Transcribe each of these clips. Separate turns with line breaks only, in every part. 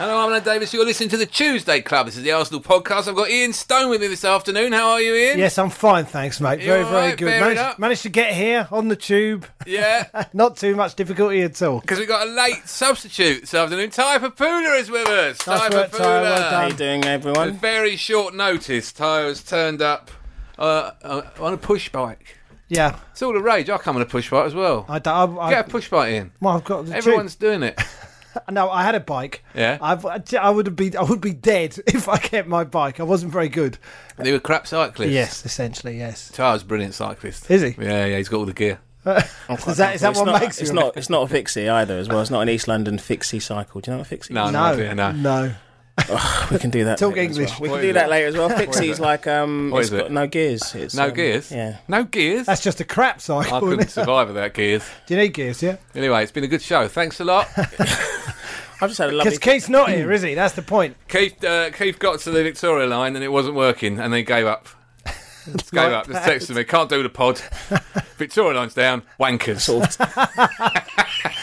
Hello, I'm Alan Davis. You're listening to the Tuesday Club. This is the Arsenal podcast. I've got Ian Stone with me this afternoon. How are you, Ian?
Yes, I'm fine, thanks, mate.
You
Very,
all
very
right?
good.
Bearing up?
Managed, managed to get here on the tube.
Yeah.
Not too much difficulty at all.
Because we got a late substitute this afternoon. Ty Papula is with us.
Nice work, Ty. Well
How
done.
you doing,
At
everyone?
very short notice, Ty has turned up uh, uh, on a push bike.
Yeah,
It's all the rage. I come on a push bike as well.
I, d- I, I-
Get a push bike in.
well, I've got the
Everyone's doing it.
tube. No, I had a bike.
Yeah.
I've, I would have been, I would be dead if I kept my bike. I wasn't very good.
They were crap cyclists.
Yes, essentially, yes.
Ty's a brilliant cyclist.
Is he?
Yeah, yeah, he's got all the gear.
Is that, is that
It's
what
not,
makes
it's
you?
not. It's not a fixie either, as well. It's not an East London fixie cycle. Do you know what a fixie?
No,
is?
no,
no,
idea, no.
no.
we can do that.
Talk
later as
English.
well. We
What
can
is
do
it?
that later as well. Fixie's like um,
What
it's
is it?
got no gears. It's
No
um,
gears?
Yeah.
No gears?
That's just a crap
I
cycle.
couldn't
Do
survive without gears.
you need gears? Yeah,
Anyway, it's been a good show. Thanks a lot.
I've just had a lovely.
because Keith's not here, is he? That's the point.
Keith uh, Keith got to the Victoria line and it wasn't working, and they gave up. Just gave up. Just texted me, can't do the pod. Victoria line's down. Wankers.
sort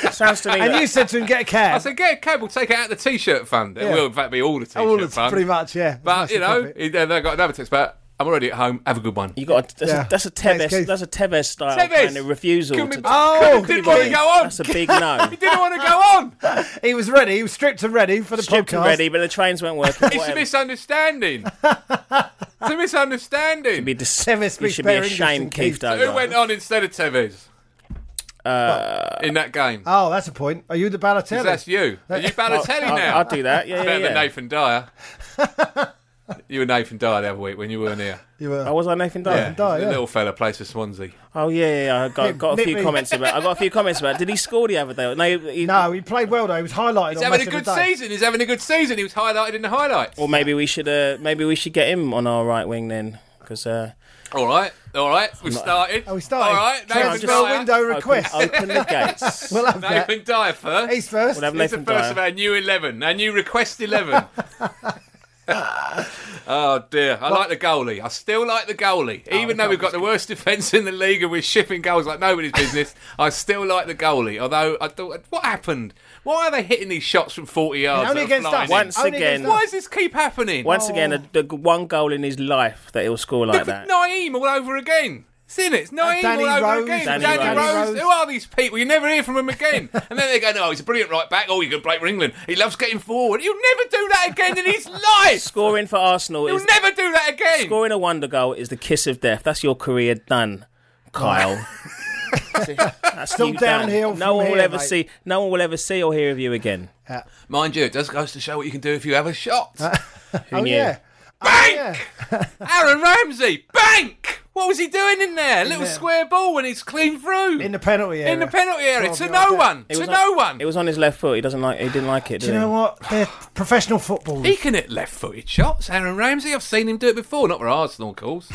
of- sounds to me.
And
that-
you said to him, "Get a cab."
I said, get a cab. We'll take it out of the t-shirt fund. It
Yeah.
will, in fact, be all the t-shirt
All it's
fund.
pretty much, yeah.
but you know,
Massive
he, then I got another text back. I'm already at home. Have a good one.
You got a, that's,
Yeah.
a, that's a
Thanks,
Tevez.
Keith.
That's a Tevez style
Tevez!
kind of refusal.
Couldn't
to-
be-
Oh,
couldn't- didn't want to
big-
go on.
That's a big no.
He didn't want to go on.
profit. he was ready. He was stripped and ready for the
Shipped and
podcast.
ready, but the trains weren't working.
It's a
whatever.
misunderstanding. it's a misunderstanding.
Be dis-
Tevez
you
speaks
should be
better English than
ashamed, Keith.
Keith.
Dover.
Who went on instead of Tevez in that game?
Oh, that's a point. Are you the Balotelli?
'Cause that's you. Are you Balotelli
I'll,
now?
I'll do that. Yeah, yeah,
Better
yeah.
than Nathan Dyer. you and Nathan Dyer the other week when you weren't here.
You were.
Oh, was I Nathan Dyer?
Dyer,
the
yeah.
little fella plays for Swansea.
Oh yeah, yeah, yeah. I got, got a
Nick
few
me.
comments about. I got a few comments about. Did he score the other day? No, he,
No, he played well though. He was highlighted.
He's
on
having a
Match of
good
the Day.
season. He's having a good season. He was highlighted in the highlights.
Or maybe we should. Uh, maybe we should get him on our right wing then, because uh,
All right, all right. We've started.
Oh, we started.
All right, Nathan
Transfer
Dyer.
window request.
Open, open the gates.
We'll have that.
Nathan Dyer first.
He's first.
We'll have
He's the
Nathan
first
Dyer.
of our new eleven, our new request eleven. oh dear, I like the goalie. I still like the goalie, even though we've got the worst defence in the league and we're shipping goals like nobody's business. I still like the goalie. Although I thought, what happened? Why are they hitting these shots from forty yards?
Only
that are
against
flying
us.
in?
Once
Only
again-
against
Why
us.
does this keep happening?
Once again, the, the one goal in his life that he'll score like
Look
that.
at Naeem all over again. Seen it? It's Naeem
Danny
all over
Rose.
again. Danny,
Danny
Rose.
Rose.
Who are these people? You never hear from him again. and then they go, no, he's a brilliant right back. Oh, he can play for England. He loves getting forward. He'll never do that again in his life.
Scoring for Arsenal
He'll
is
never do that again.
scoring a wonder goal is the kiss of death. That's your career done, Kyle. That's
Still
you done.
downhill
No
from
one will
here,
ever
mate.
see. No one will ever see or hear of you again.
Mind you, it just goes to show what you can do if you have a shot.
Who
Oh
knew?
yeah.
Bank! Aaron Ramsey, bank! What was he doing in there? A little square ball when he's clean through.
In the penalty area.
In the penalty area.
Can't
To
be
no
like that.
one.
It
To
was
no
on-
one.
It was on his left foot. He doesn't like. He didn't like it.
Do you know what? They're professional footballers.
He can hit left-footed shots, Aaron Ramsey. I've seen him do it before, not for Arsenal, of course.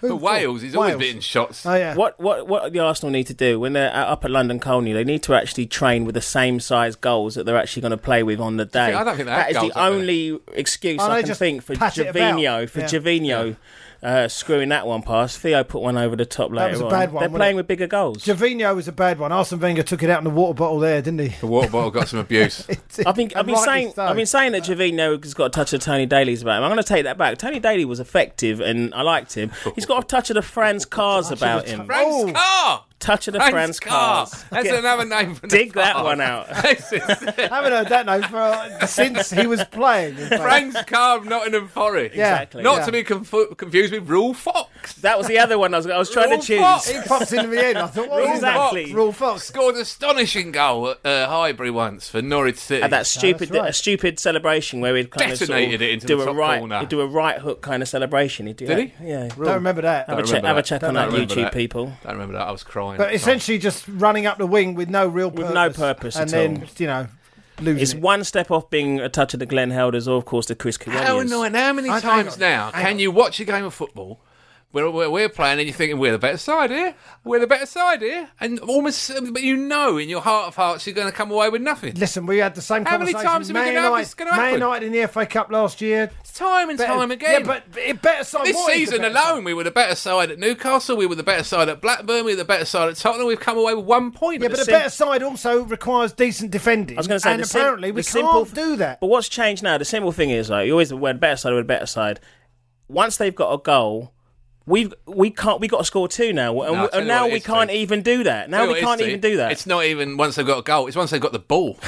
For Wales, he's always
Wales.
hitting shots.
Oh yeah.
What what what the Arsenal need to do when they're out- up at London Colney, they need to actually train with the same size goals that they're actually going to play with on the day.
I don't think they
that
have
is
goals
the
up there.
only excuse
Oh,
I
they
can
just
think for
pat it about.
Javino for
Yeah.
Javino uh, screwing that one past. Theo put one over the top later
was a
on.
bad one,
they're
wasn't
playing
it?
with bigger goals.
Javinho was a bad one. Arsene Wenger took it out in the water bottle there, didn't he?
The water bottle got some abuse.
I've been, I've
And
been
rightly
saying
so.
I've been saying that Javino has got a touch of Tony Daly's about him. I'm going to take that back. Tony Daly was effective and I liked him. He's got a touch of the Franz Cars about him.
Franz
Oh.
Carr!
Touch of the Franz Cars.
That's
Get-
another name for the
Dig that
car.
one out.
This is-
I haven't heard that name for uh, since he was playing. in fact.
Franz Carr of Nottingham Forest.
Yeah.
Exactly.
Not
Yeah.
to be confu- confused with Rule Fox.
That was the other one I was, I was trying
Rule
to choose.
Fox.
He pops into the end. I thought, what was that?
Exactly.
Rule Fox.
Scored an astonishing goal at uh, Highbury once for Norwich City.
At that stupid,
right.
a stupid celebration where he'd kind of,
Detonated
sort of
it into
do
the
a
top
right,
corner.
he'd do a right hook kind of celebration. He'd do
Did
that. Yeah.
Don't remember that.
Have a
Don't
check,
remember
have a
that.
check
Don't
on that
remember
YouTube,
that.
people.
Don't remember that. I was crying.
But
Sorry.
essentially, just running up the wing with no real purpose.
no purpose
and
at
then
all.
you know losing.
It's
it.
one step off being a touch of the Glenn Helders or, of course, the Chris
How
Kawanias.
annoying! How many
Hang- hang
times
on,
now
hang
can
on.
you watch a game of football We're, we're, we're playing, and you're thinking we're the better side here. We're the better side here, and almost, but you know in your heart of hearts you're going to come away with nothing.
Listen, we had the same
How many
conversation.
times have we
Man
gonna have
United-
this gonna happen?
Man United in the FA Cup last year.
Time and
Better-
time again.
Yeah, but it better side.
This
what is the
season
better
alone,
side?
we were the better side at Newcastle. We were the better side at Blackburn. We were the better side at Tottenham. We've come away with one point.
Yeah, but the
sim-
better side also requires decent defending.
I was going to say,
and
the sim-
apparently we
the
can't do that.
But what's changed now? The simple thing is, like, you always we're the better side, we're the better side. Once they've got a goal, we've we can't we got to score two now, and,
No,
we,
I'll tell
and
you
now
what it
we
is,
can't
Steve.
even do that. Now
Tell you
we
what
can't
it is,
even
Steve.
do that.
It's not even once they've got a goal. It's once they've got the ball.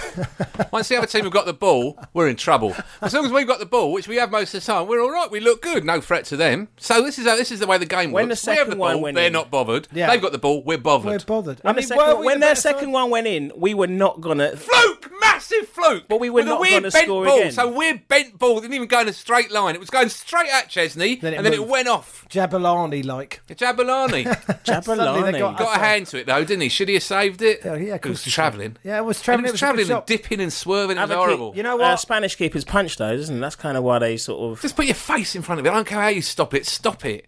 once the other team have got the ball, we're in trouble. As long as we've got the ball, which we have most of the time, we're all right. We look good. No threat to them. So this is how, this is the way the game
When
works.
the
we have
second
the
one
ball.
went
They're
in-
not bothered.
Yeah.
They've got the ball. We're bothered.
We're bothered.
when
I
the
mean,
second-
were we
when
the
their
better side?
second one went in, we were not gonna.
Fluke, massive fluke.
But we were
with
not
a weird
gonna
bent
score
ball.
again.
So weird bent ball didn't even go in a straight line. It was going straight at Chesney,
Then it
and then it
moved.
went off.
Jabalani like.
Jabalani.
Suddenly
Jabalani.
they got
Got a hand to it though, didn't he? Should he have saved it?
Yeah, yeah, of
it
course
was
he should.
travelling.
Yeah, it was
And
travelling.
it was travelling and
shot.
dipping and swerving. It was
Have a
horrible.
kick.
You know what?
Uh, Spanish keepers punch those, isn't it? That's kind of why they sort of.
Just put your face in front of it. I don't care how you stop it. Stop it.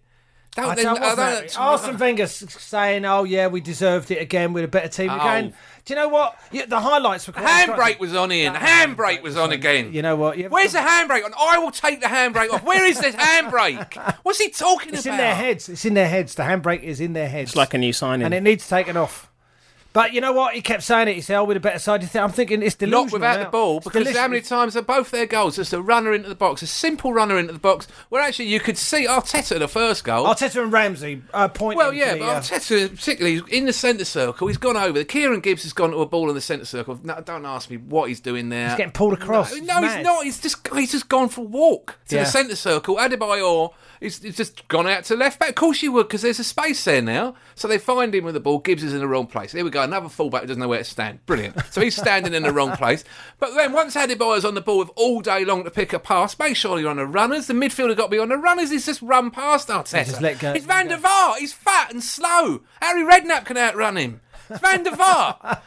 Don't,
I
then-
don't,
I
wasn't
don't-
it? Arsene Wenger s- saying, "Oh yeah, we deserved it again. We're a better team again." Do you know what? Yeah, the highlights were quite
Handbrake
striking.
was on, Ian. Handbrake was on again.
You know what? You-
Where's the handbrake on? I will take the handbrake off. Where is this handbrake? What's he talking
It's
about?
in their heads. It's in their heads. The handbrake is in their heads.
It's like a new signing.
and it needs taken off. But you know what? He kept saying it. He said, "Oh, we're the better side." You think- I'm thinking it's delusional.
Not without
now.
the ball,
It's
because how
delusional.
many times are both their goals just a runner into the box, a simple runner into the box, where actually you could see Arteta the first goal.
Arteta and Ramsey uh, point.
Well,
him
yeah,
to the,
but
uh,
Arteta particularly in the centre circle, he's gone over. Kieran Gibbs has gone to a ball in the centre circle. No, don't ask me what he's doing there.
He's getting pulled across.
No,
He's
no,
mad.
he's not. He's just he's just gone for a walk to
Yeah.
the centre circle. Adebayor is is just gone out to left back. Of course you would, because there's a space there now. So they find him with the ball. Gibbs is in the wrong place. Here we go. Another fullback who doesn't know where to stand. Brilliant. So he's standing in the wrong place. But then once Adebayor's on the ball with all day long to pick a pass, make sure you're on the runners. The midfielder got to be on the runners. He's just run past Arteta.
just let go.
He's Van der Vaart. He's fat and slow. Harry Redknapp can outrun him. It's Van der Vaart.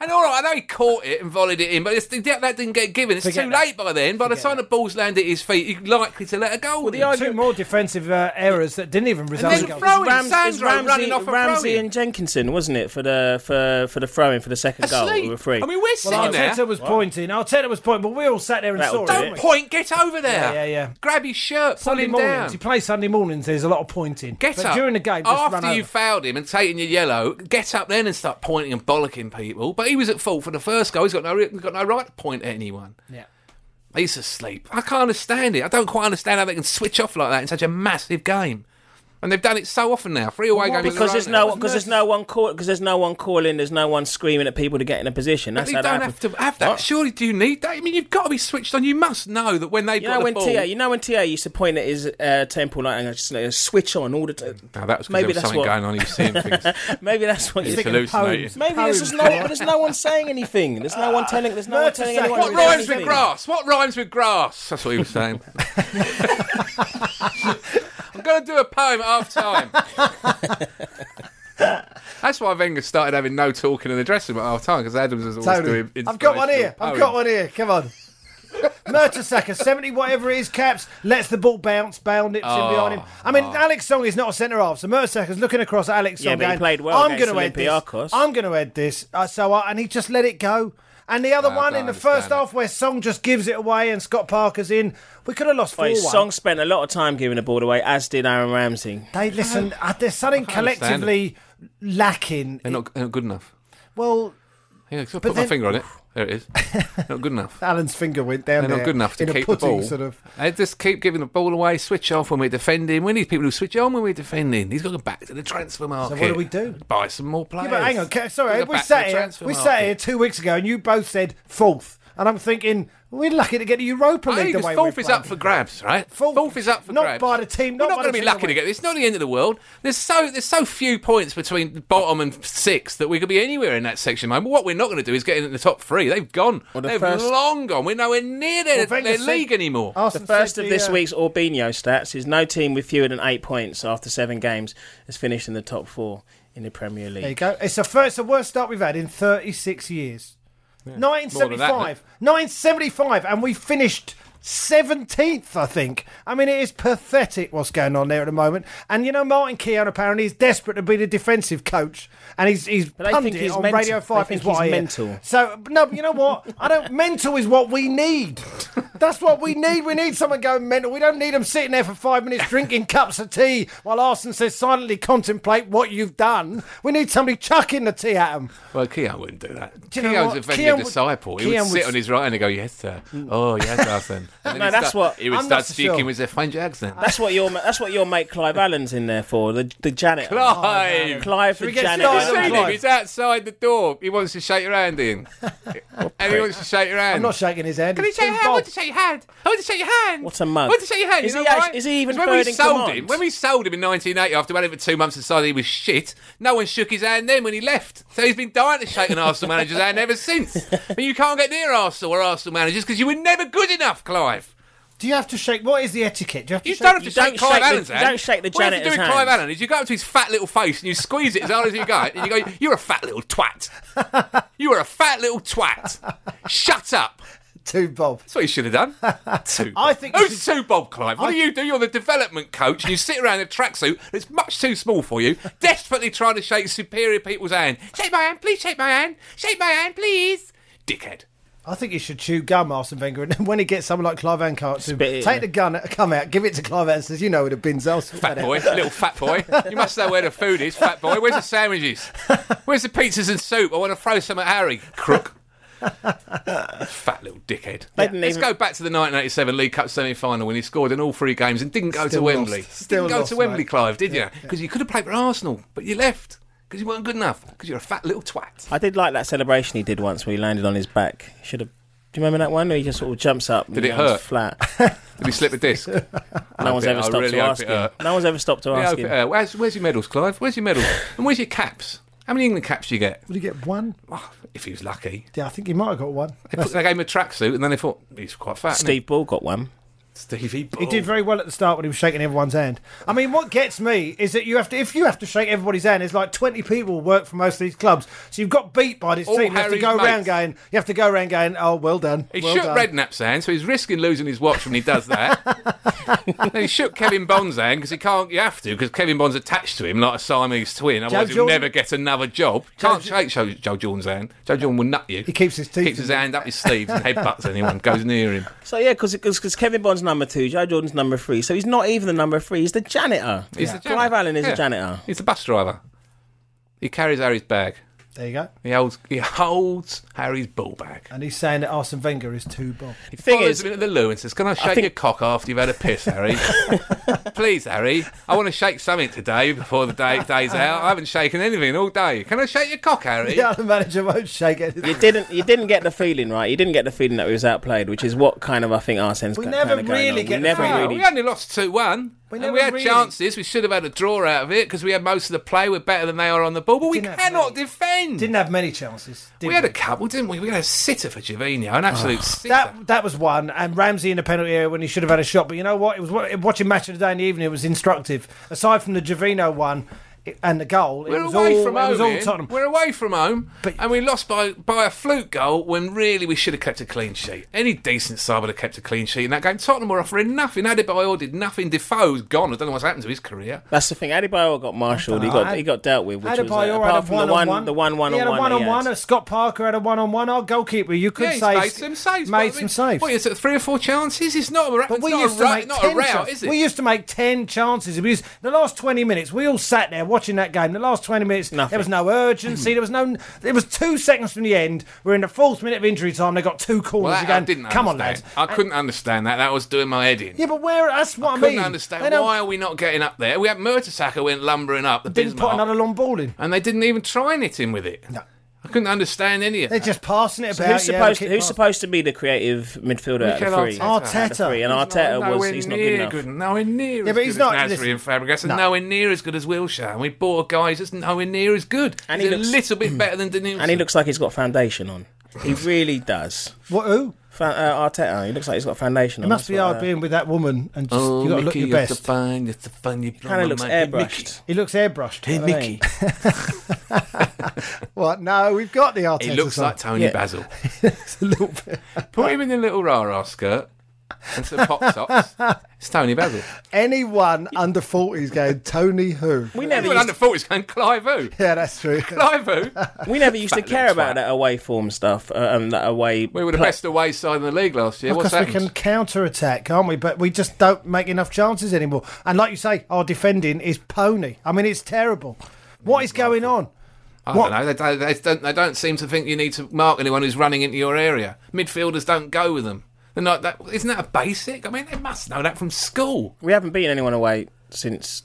and all right, I know he caught it and volleyed it in, but it's, that that didn't get given. It's
Forget
too
that.
late by then. By the time the ball's landed at his feet, he's likely to let a goal. in.
the argu-
two more defensive uh, errors that didn't even result
then
in
the
goals.
throw-in,
Rams-
Sandro
it's Ramsey,
running off a
Ramsey
throw-in.
and Jenkinson, wasn't it, for the for for the throw in for the second goal? We
Asleep.
were free.
I mean, we're sitting
Well,
there.
Arteta was pointing. Arteta was pointing, but we all sat there and
That'll
saw
do
it.
Don't
didn't we?
point. Get over there.
Yeah, yeah, yeah.
Grab his shirt. Pull
Sunday
him
mornings.
down.
You play Sunday mornings. There's a lot of pointing.
Get
but
up
during the game. Just
after
run
you
over.
fouled him and taken your yellow. Get up then and start pointing and bollocking people. But he was at fault for the first goal. He's got no re- got no right to point at anyone.
yeah.
He's asleep. I can't understand it. I don't quite understand how they can switch off like that in such a massive game. And they've done it so often now. Three away games in a
because
row
there's
now.
no because there's no one call because there's no one calling. There's no one screaming at people to get in a position. That's
But you
how
don't
that
have
happens.
to have that.
What?
Surely, do you need that? I mean, you've got to be switched on. You must know that when they've
You
got
know
the
when
ball.
Ta you know when Ta used to point at his uh, temple like and just like, switch on all the time.
Now, that was 'cause
maybe
there was
that's
something
what
going on. He was seeing things.
maybe that's what
He's
you
Thinking
think.
hallucinating.
poems.
Maybe
Maybe there's just no
Poems.
one, there's no one saying anything. There's no one telling. There's no one telling
Mertesacker.
anyone.
What
to do
rhymes with
anything.
grass? What rhymes with grass? That's what he was saying. I'm going to do a poem at half time. That's why Wenger started having no talking in the dressing room at half time because Adams was always
Totally.
doing. Oh,
I've got one here.
inspirational
I've got
poems.
one here. Come on. Mertesacker, 70, whatever it is, caps, lets the ball bounce, Bale nips in behind
Oh.
him. I mean, Alex Song is not a centre half, so Mertesacker's looking across at Alex Song.
Yeah, but he
going,
played well
I'm
against
gonna head
Olympiacos."
this. I'm going to head this. Uh, so, I, and he just let it go. And the other
I
one
don't
in the first
understand
half where Song just gives it away and Scott Parker's in. We could have lost 4
Wait,
1.
Song spent a lot of time giving the ball away, as did Aaron Ramsey.
They listen, uh, there's something
understand
collectively lacking.
They're not, they're not good enough.
Well,
Yeah, 'cause I put my
then-
finger on it. There it is. not good enough.
Alan's finger went down
They're
there.
not good enough to
in a
keep the
putting
ball.
Sort of.
They just keep giving the ball away, switch off when we're defending. We need people who switch on when we're defending. He's got to go back to the transfer market.
do we do?
Buy some more players.
Yeah, but hang on, ca- sorry,
Go
we
back to
sat
the
here.
transfer
We
market.
sat here two weeks ago, and you both said fourth, and I'm thinking we're lucky to get a Europa
I
League
think
the
it's
way
fourth
we're
is up for
playing.
grabs, right?
Fourth-
Fourth, is up for
not
grabs.
by the team, not
We're not going
by the
to be
team
lucky to
away.
get this. It's not the end of the world. There's so there's so few points between bottom and sixth that we could be anywhere in that section. Man, what we're not going to do is get in the top three. They've gone.
the
They've
first-
long gone. We're nowhere near their,
Well, Wenger
their
said-
league anymore.
Arsenal
The first
said
of
the,
this
uh,
week's Albino stats is no team with fewer than eight points after seven games has finished in the top four in the Premier
There you
League.
go. It's the first, the worst start we've had in 36 years.
More than that,
1975, 1975, and we finished 17th, I think. I mean, it is pathetic what's going on there at the moment. And, you know, Martin Keown apparently is desperate to be the defensive coach. And he's, he's
they
pundit
think he's
on
mental.
Radio
They
5
think
is what
he's
I hear.
mental.
So, but no, but you know what? I don't. mental is what we need. That's what we need. We need someone going mental. We don't need them sitting there for five minutes drinking cups of tea while Arsene says silently contemplate what you've done. We need somebody chucking the tea at them.
Well, Keon wouldn't do that.
Do you know
Keon's
what?
a very
Keown
good
would-
disciple. He would
Keown
sit
would- Mm.
on his right hand and go, "Yes, sir. Oh, yes, Arsene." And then
No,
he'd
that's
start-
what-
he would
I'm
start
not so
speaking
sure.
with a French accent.
That's what your ma- that's what your mate Clive Allen's in there for. The the janitor.
Clive.
Clive the
we get
janitor.
You've
started
seen
Clive.
him. He's outside the door. He wants to shake your hand, Ian. and he wants to shake your hand.
I'm not shaking his hand.
Can he
It's
shake
Tim
your hand? I
Bob.
want to shake your hand. I want to shake your hand.
What a mug.
I want to shake your hand.
Is
you
he
know why?
actually- is he even
'Cause when we
third in
sold
command?
him, when we sold him in 1980 after only for two months and decided he was shit, no one shook his hand then when he left. So he's been dying to shake an Arsenal manager's hand ever since. But you can't get near Arsenal or Arsenal managers because you were never good enough, Clive.
Do you have to shake? What is the etiquette? Do you have to
You
shake?
don't have to
you
shake
don't
Clive
shake the-
Allen's
you
hand.
don't shake the
What you have to do
janitor's
with Clive
hand.
Allen is you go up to his fat little face and you squeeze it as hard as you go, and you go, "You're a fat little twat. You are a fat little twat. Shut up."
to Bob.
That's what you should have done. Two.
I think you
Who's two Bob Clive? What
I-
do you do? You're the development coach and you sit around in a tracksuit that's much too small for you, desperately trying to shake superior people's hand. Shake my hand, please shake my hand. Shake my hand, please. Dickhead.
I think you should chew gum, Arsene Wenger, and then when he gets someone like Clive Ancart to
Spit it,
take
yeah.
the gun, come out, give it to Clive and says, "You know where the bins are." sort
Fat
that out."
boy, little fat boy. You must know where the food is, fat boy. Where's the sandwiches? Where's the pizzas and soup? I want to throw some at Harry. Crook. fat little dickhead.
didn't
Let's
even-
go back to the 1987 League Cup semi final when he scored in all three games and didn't go
Still
to
lost.
Wembley.
Still
didn't go
lost,
to Wembley,
mate.
Clive, did you? Because you could have played for Arsenal, but you left because you weren't good enough because you're a fat little twat.
I did like that celebration he did once where he landed on his back. Should have. Do you remember that one where he just sort of jumps up?
Did
and
it
lands
hurt?
Flat.
Did he slip a disc?
No one's
I
ever stopped
really
to
hope
ask
it
him.
hurt.
No one's ever stopped to
Yeah,
ask
okay,
him.
uh, where's, where's your medals, Clive? Where's your medals? And where's your caps? How many England caps do you get?
Would he get one?
Oh, if he was lucky.
Yeah, I think he might have got one.
They, put, they gave him a tracksuit, and then they thought he's quite fat. isn't
Steve Ball got one.
he? Stevie Ball.
He did very well at the start when he was shaking everyone's hand. I mean, what gets me is that you have to, if you have to shake everybody's hand, it's like 20 people work for most of these clubs. So you've got beat by this
All
team. You have to
Harry's
go around
mates.
going, you have to go around going, oh, well done.
He
well
shook
done.
Redknapp's hand, so he's risking losing his watch when he does that. then he shook Kevin Bond's hand because he can't. You have to because Kevin Bond's attached to him like a Siamese twin. Otherwise, he'll
Jordan-
never get another job. Can't shake Joe, Joe Jordan's hand. Joe Jordan will nut you.
He keeps his teeth
Keeps his
in.
hand up his sleeves and headbutts anyone goes near him.
So yeah, because Kevin Bond's number two, Joe Jordan's number three. So he's not even the number three. He's the janitor.
He's the
Clive
janitor.
Allen is
Yeah.
a janitor.
He's the bus driver. He carries Harry's bag.
There you go.
He holds. He holds Harry's ball bag.
And he's saying that Arsene Wenger is too Bob.
He
Thing
follows
is-
him into the loo and says, "Can I shake
think-
your cock after you've had a piss, Harry? Please, Harry, I want to shake something today before the day day's out. I haven't shaken anything all day. Can I shake your cock, Harry?
The other manager won't shake it.
You didn't. You didn't get the feeling, right? You didn't get the feeling that he was outplayed, which is what kind of I think Arsene's
We
ki-
never
kinda going
really
on.
get
We
the
never
feeling.
No,
really.
we only lost two one.
We
and
never
we had
really-
chances. We should have had a draw out of it because we had most of the play. We're better than they are on the ball, but we
Didn't have
cannot
many.
defend.
Didn't have many chances. Did
we had a couple, didn't we? We had a sitter for Jovino, an absolute sitter.
Ah. That that was one, and Ramsey in the penalty area when he should have had a shot. But you know what? It was wa- watching match of the day in the evening. It was instructive. Aside from the Javino one it- and the goal, it
We're
was
away
all
from
it
home.
was all
Ian.
Tottenham.
We're away from home,
But-
and we lost by by a fluke goal when really we should have kept a clean sheet. Any decent side would have kept a clean sheet in that game. Tottenham were offering nothing. Adebayor did nothing. Defoe's gone. I don't know what's happened to his career.
That's the thing. Adebayor got marshalled. He
I don't know.
got he got dealt with. Which was, uh,
Adebayor
apart
had a
from the one,
one-on-one.
the one one
He
on
had a
one.
one
he
on
had.
one. A Scott Parker had a one on one. Our goalkeeper, you could
Yeah, he's
say,
made some saves.
Made
but I
some
mean,
saves.
What is it? Three or four chances? It's not a ra-
But
it's
we
not
used
a
to
ra-
make
not a
ten
row,
chances.
is it?
We used to make ten chances. We used, the last twenty minutes, we all sat there watching that game. The last twenty minutes,
Nothing.
there was no urgency. there was no. It was two seconds from the end. We're in the fourth minute of injury time. They got two corners
well, that,
again.
I didn't.
Come on, lads.
understand. I couldn't understand that. That was doing my head in.
Yeah, but where? That's what
I
I,
couldn't
mean. They
understand
don't-
why are we not getting up there. We had Mertesacker went lumbering up the
didn't put
Bismarck,
another long ball in.
and they didn't even try knitting with it.
No.
I couldn't understand any of
They're
that.
just passing it about.
Who's
yeah,
supposed
keep
Who's
passing.
supposed to be the creative midfielder at
Mikel
the three?
Arteta.
At the three, and
He's
Arteta
not-
was
nowhere
he's not
near
good enough.
Nowhere near
Yeah,
as
but he's
good
not-
as Nasri
listen-
and Fabregas, and
No.
nowhere near as good as Wilshere. And we bought a guy who's just nowhere near as good.
And
And
he
he's
looks-
a little bit better than Danielson.
And he looks like he's got foundation on. He really does.
What? Who?
Fa- uh, Arteta, he looks like he's got foundation
It
on.
must
That's
be
what,
hard
uh,
being with that woman and just
Oh,
you got to look your
it's
best.
fine, it's a fun, you
Kind of looks airbrushed.
He looks airbrushed.
Hey, Mickey.
What? No, we've got the Arteta.
He looks
song.
like Tony
Yeah.
Basil.
It's a little bit.
Put him in the little rah rah skirt and some pop socks. It's Tony Bevel.
Anyone under 40 is going, Tony who?
We never
Everyone
used,
under 40 is going, Clive who?
Yeah, that's true.
Clive who?
we never used to care
little
about
twat.
that away form stuff. Uh, um, that away.
We were the best away side in the league last year. What's
Because we can
happened?
counter attack, can't we? But we just don't make enough chances anymore. And like you say, our defending is pony. I mean, it's terrible. What is going on?
I
what-
don't know. They, don't- they don't, they don't seem to think you need to mark anyone who's running into your area. Midfielders don't go with them. They're not that. Isn't that a basic? I mean, they must know that from school.
We haven't beaten anyone away since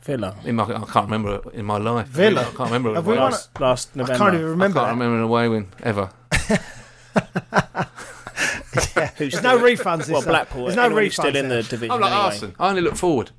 Villa
In my, I can't remember in my life.
Villa?
I can't remember.
Have
an
we
away-
won
last, last November.
I can't even
I
remember.
can't
that.
remember an away win ever.
Who's
There's no refunds. This
well,
time.
Blackpool.
There's no
anyone
refunds.
who's still in
there.
the division.
I'm like
anyway.
Arsene. I only look forward.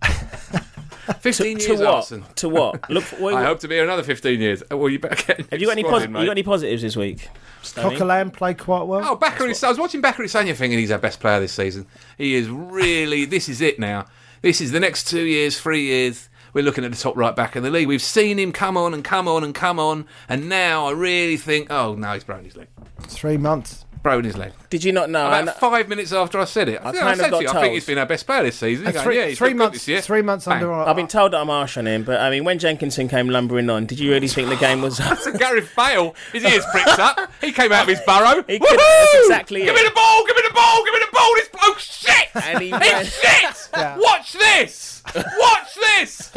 15
To
years
what?
Arsene.
To what? Look, for,
I hope to be here another 15 years. Oh, Well, you better get.
have you got any
squad
posi-
in,
you
mate.
got any positives this week? Stoney?
Coquelin played quite well.
Oh, Bakary I was watching Bakary Sanya thinking he's our best player this season. He is really. this is it now. This is the next two years, three years. We're looking at the top right back in the league. We've seen him come on and come on and come on, and now I really think, oh no, he's broken his leg.
Three months.
Broken his leg.
Did you not know? I
uh,
kn-
About five minutes after I said it, I,
kind of
said
got
to you, I think
told.
he's been our best player this season. You're going,
And Uh, three,
yeah, he's
three
looked good
months.
this year.
Three months
Bang.
under.
I've been told that I'm harsh on him, but I mean, when Jenkinson came lumbering on, did you really think the game was?
So Gareth Bale, his ears pricked up. He came out of his burrow.
He
Woohoo!
could- that's exactly it.
give me the ball, give me the ball, give me the ball. This bloke's shit.
And he ran-
He's shit. Watch this. Watch this.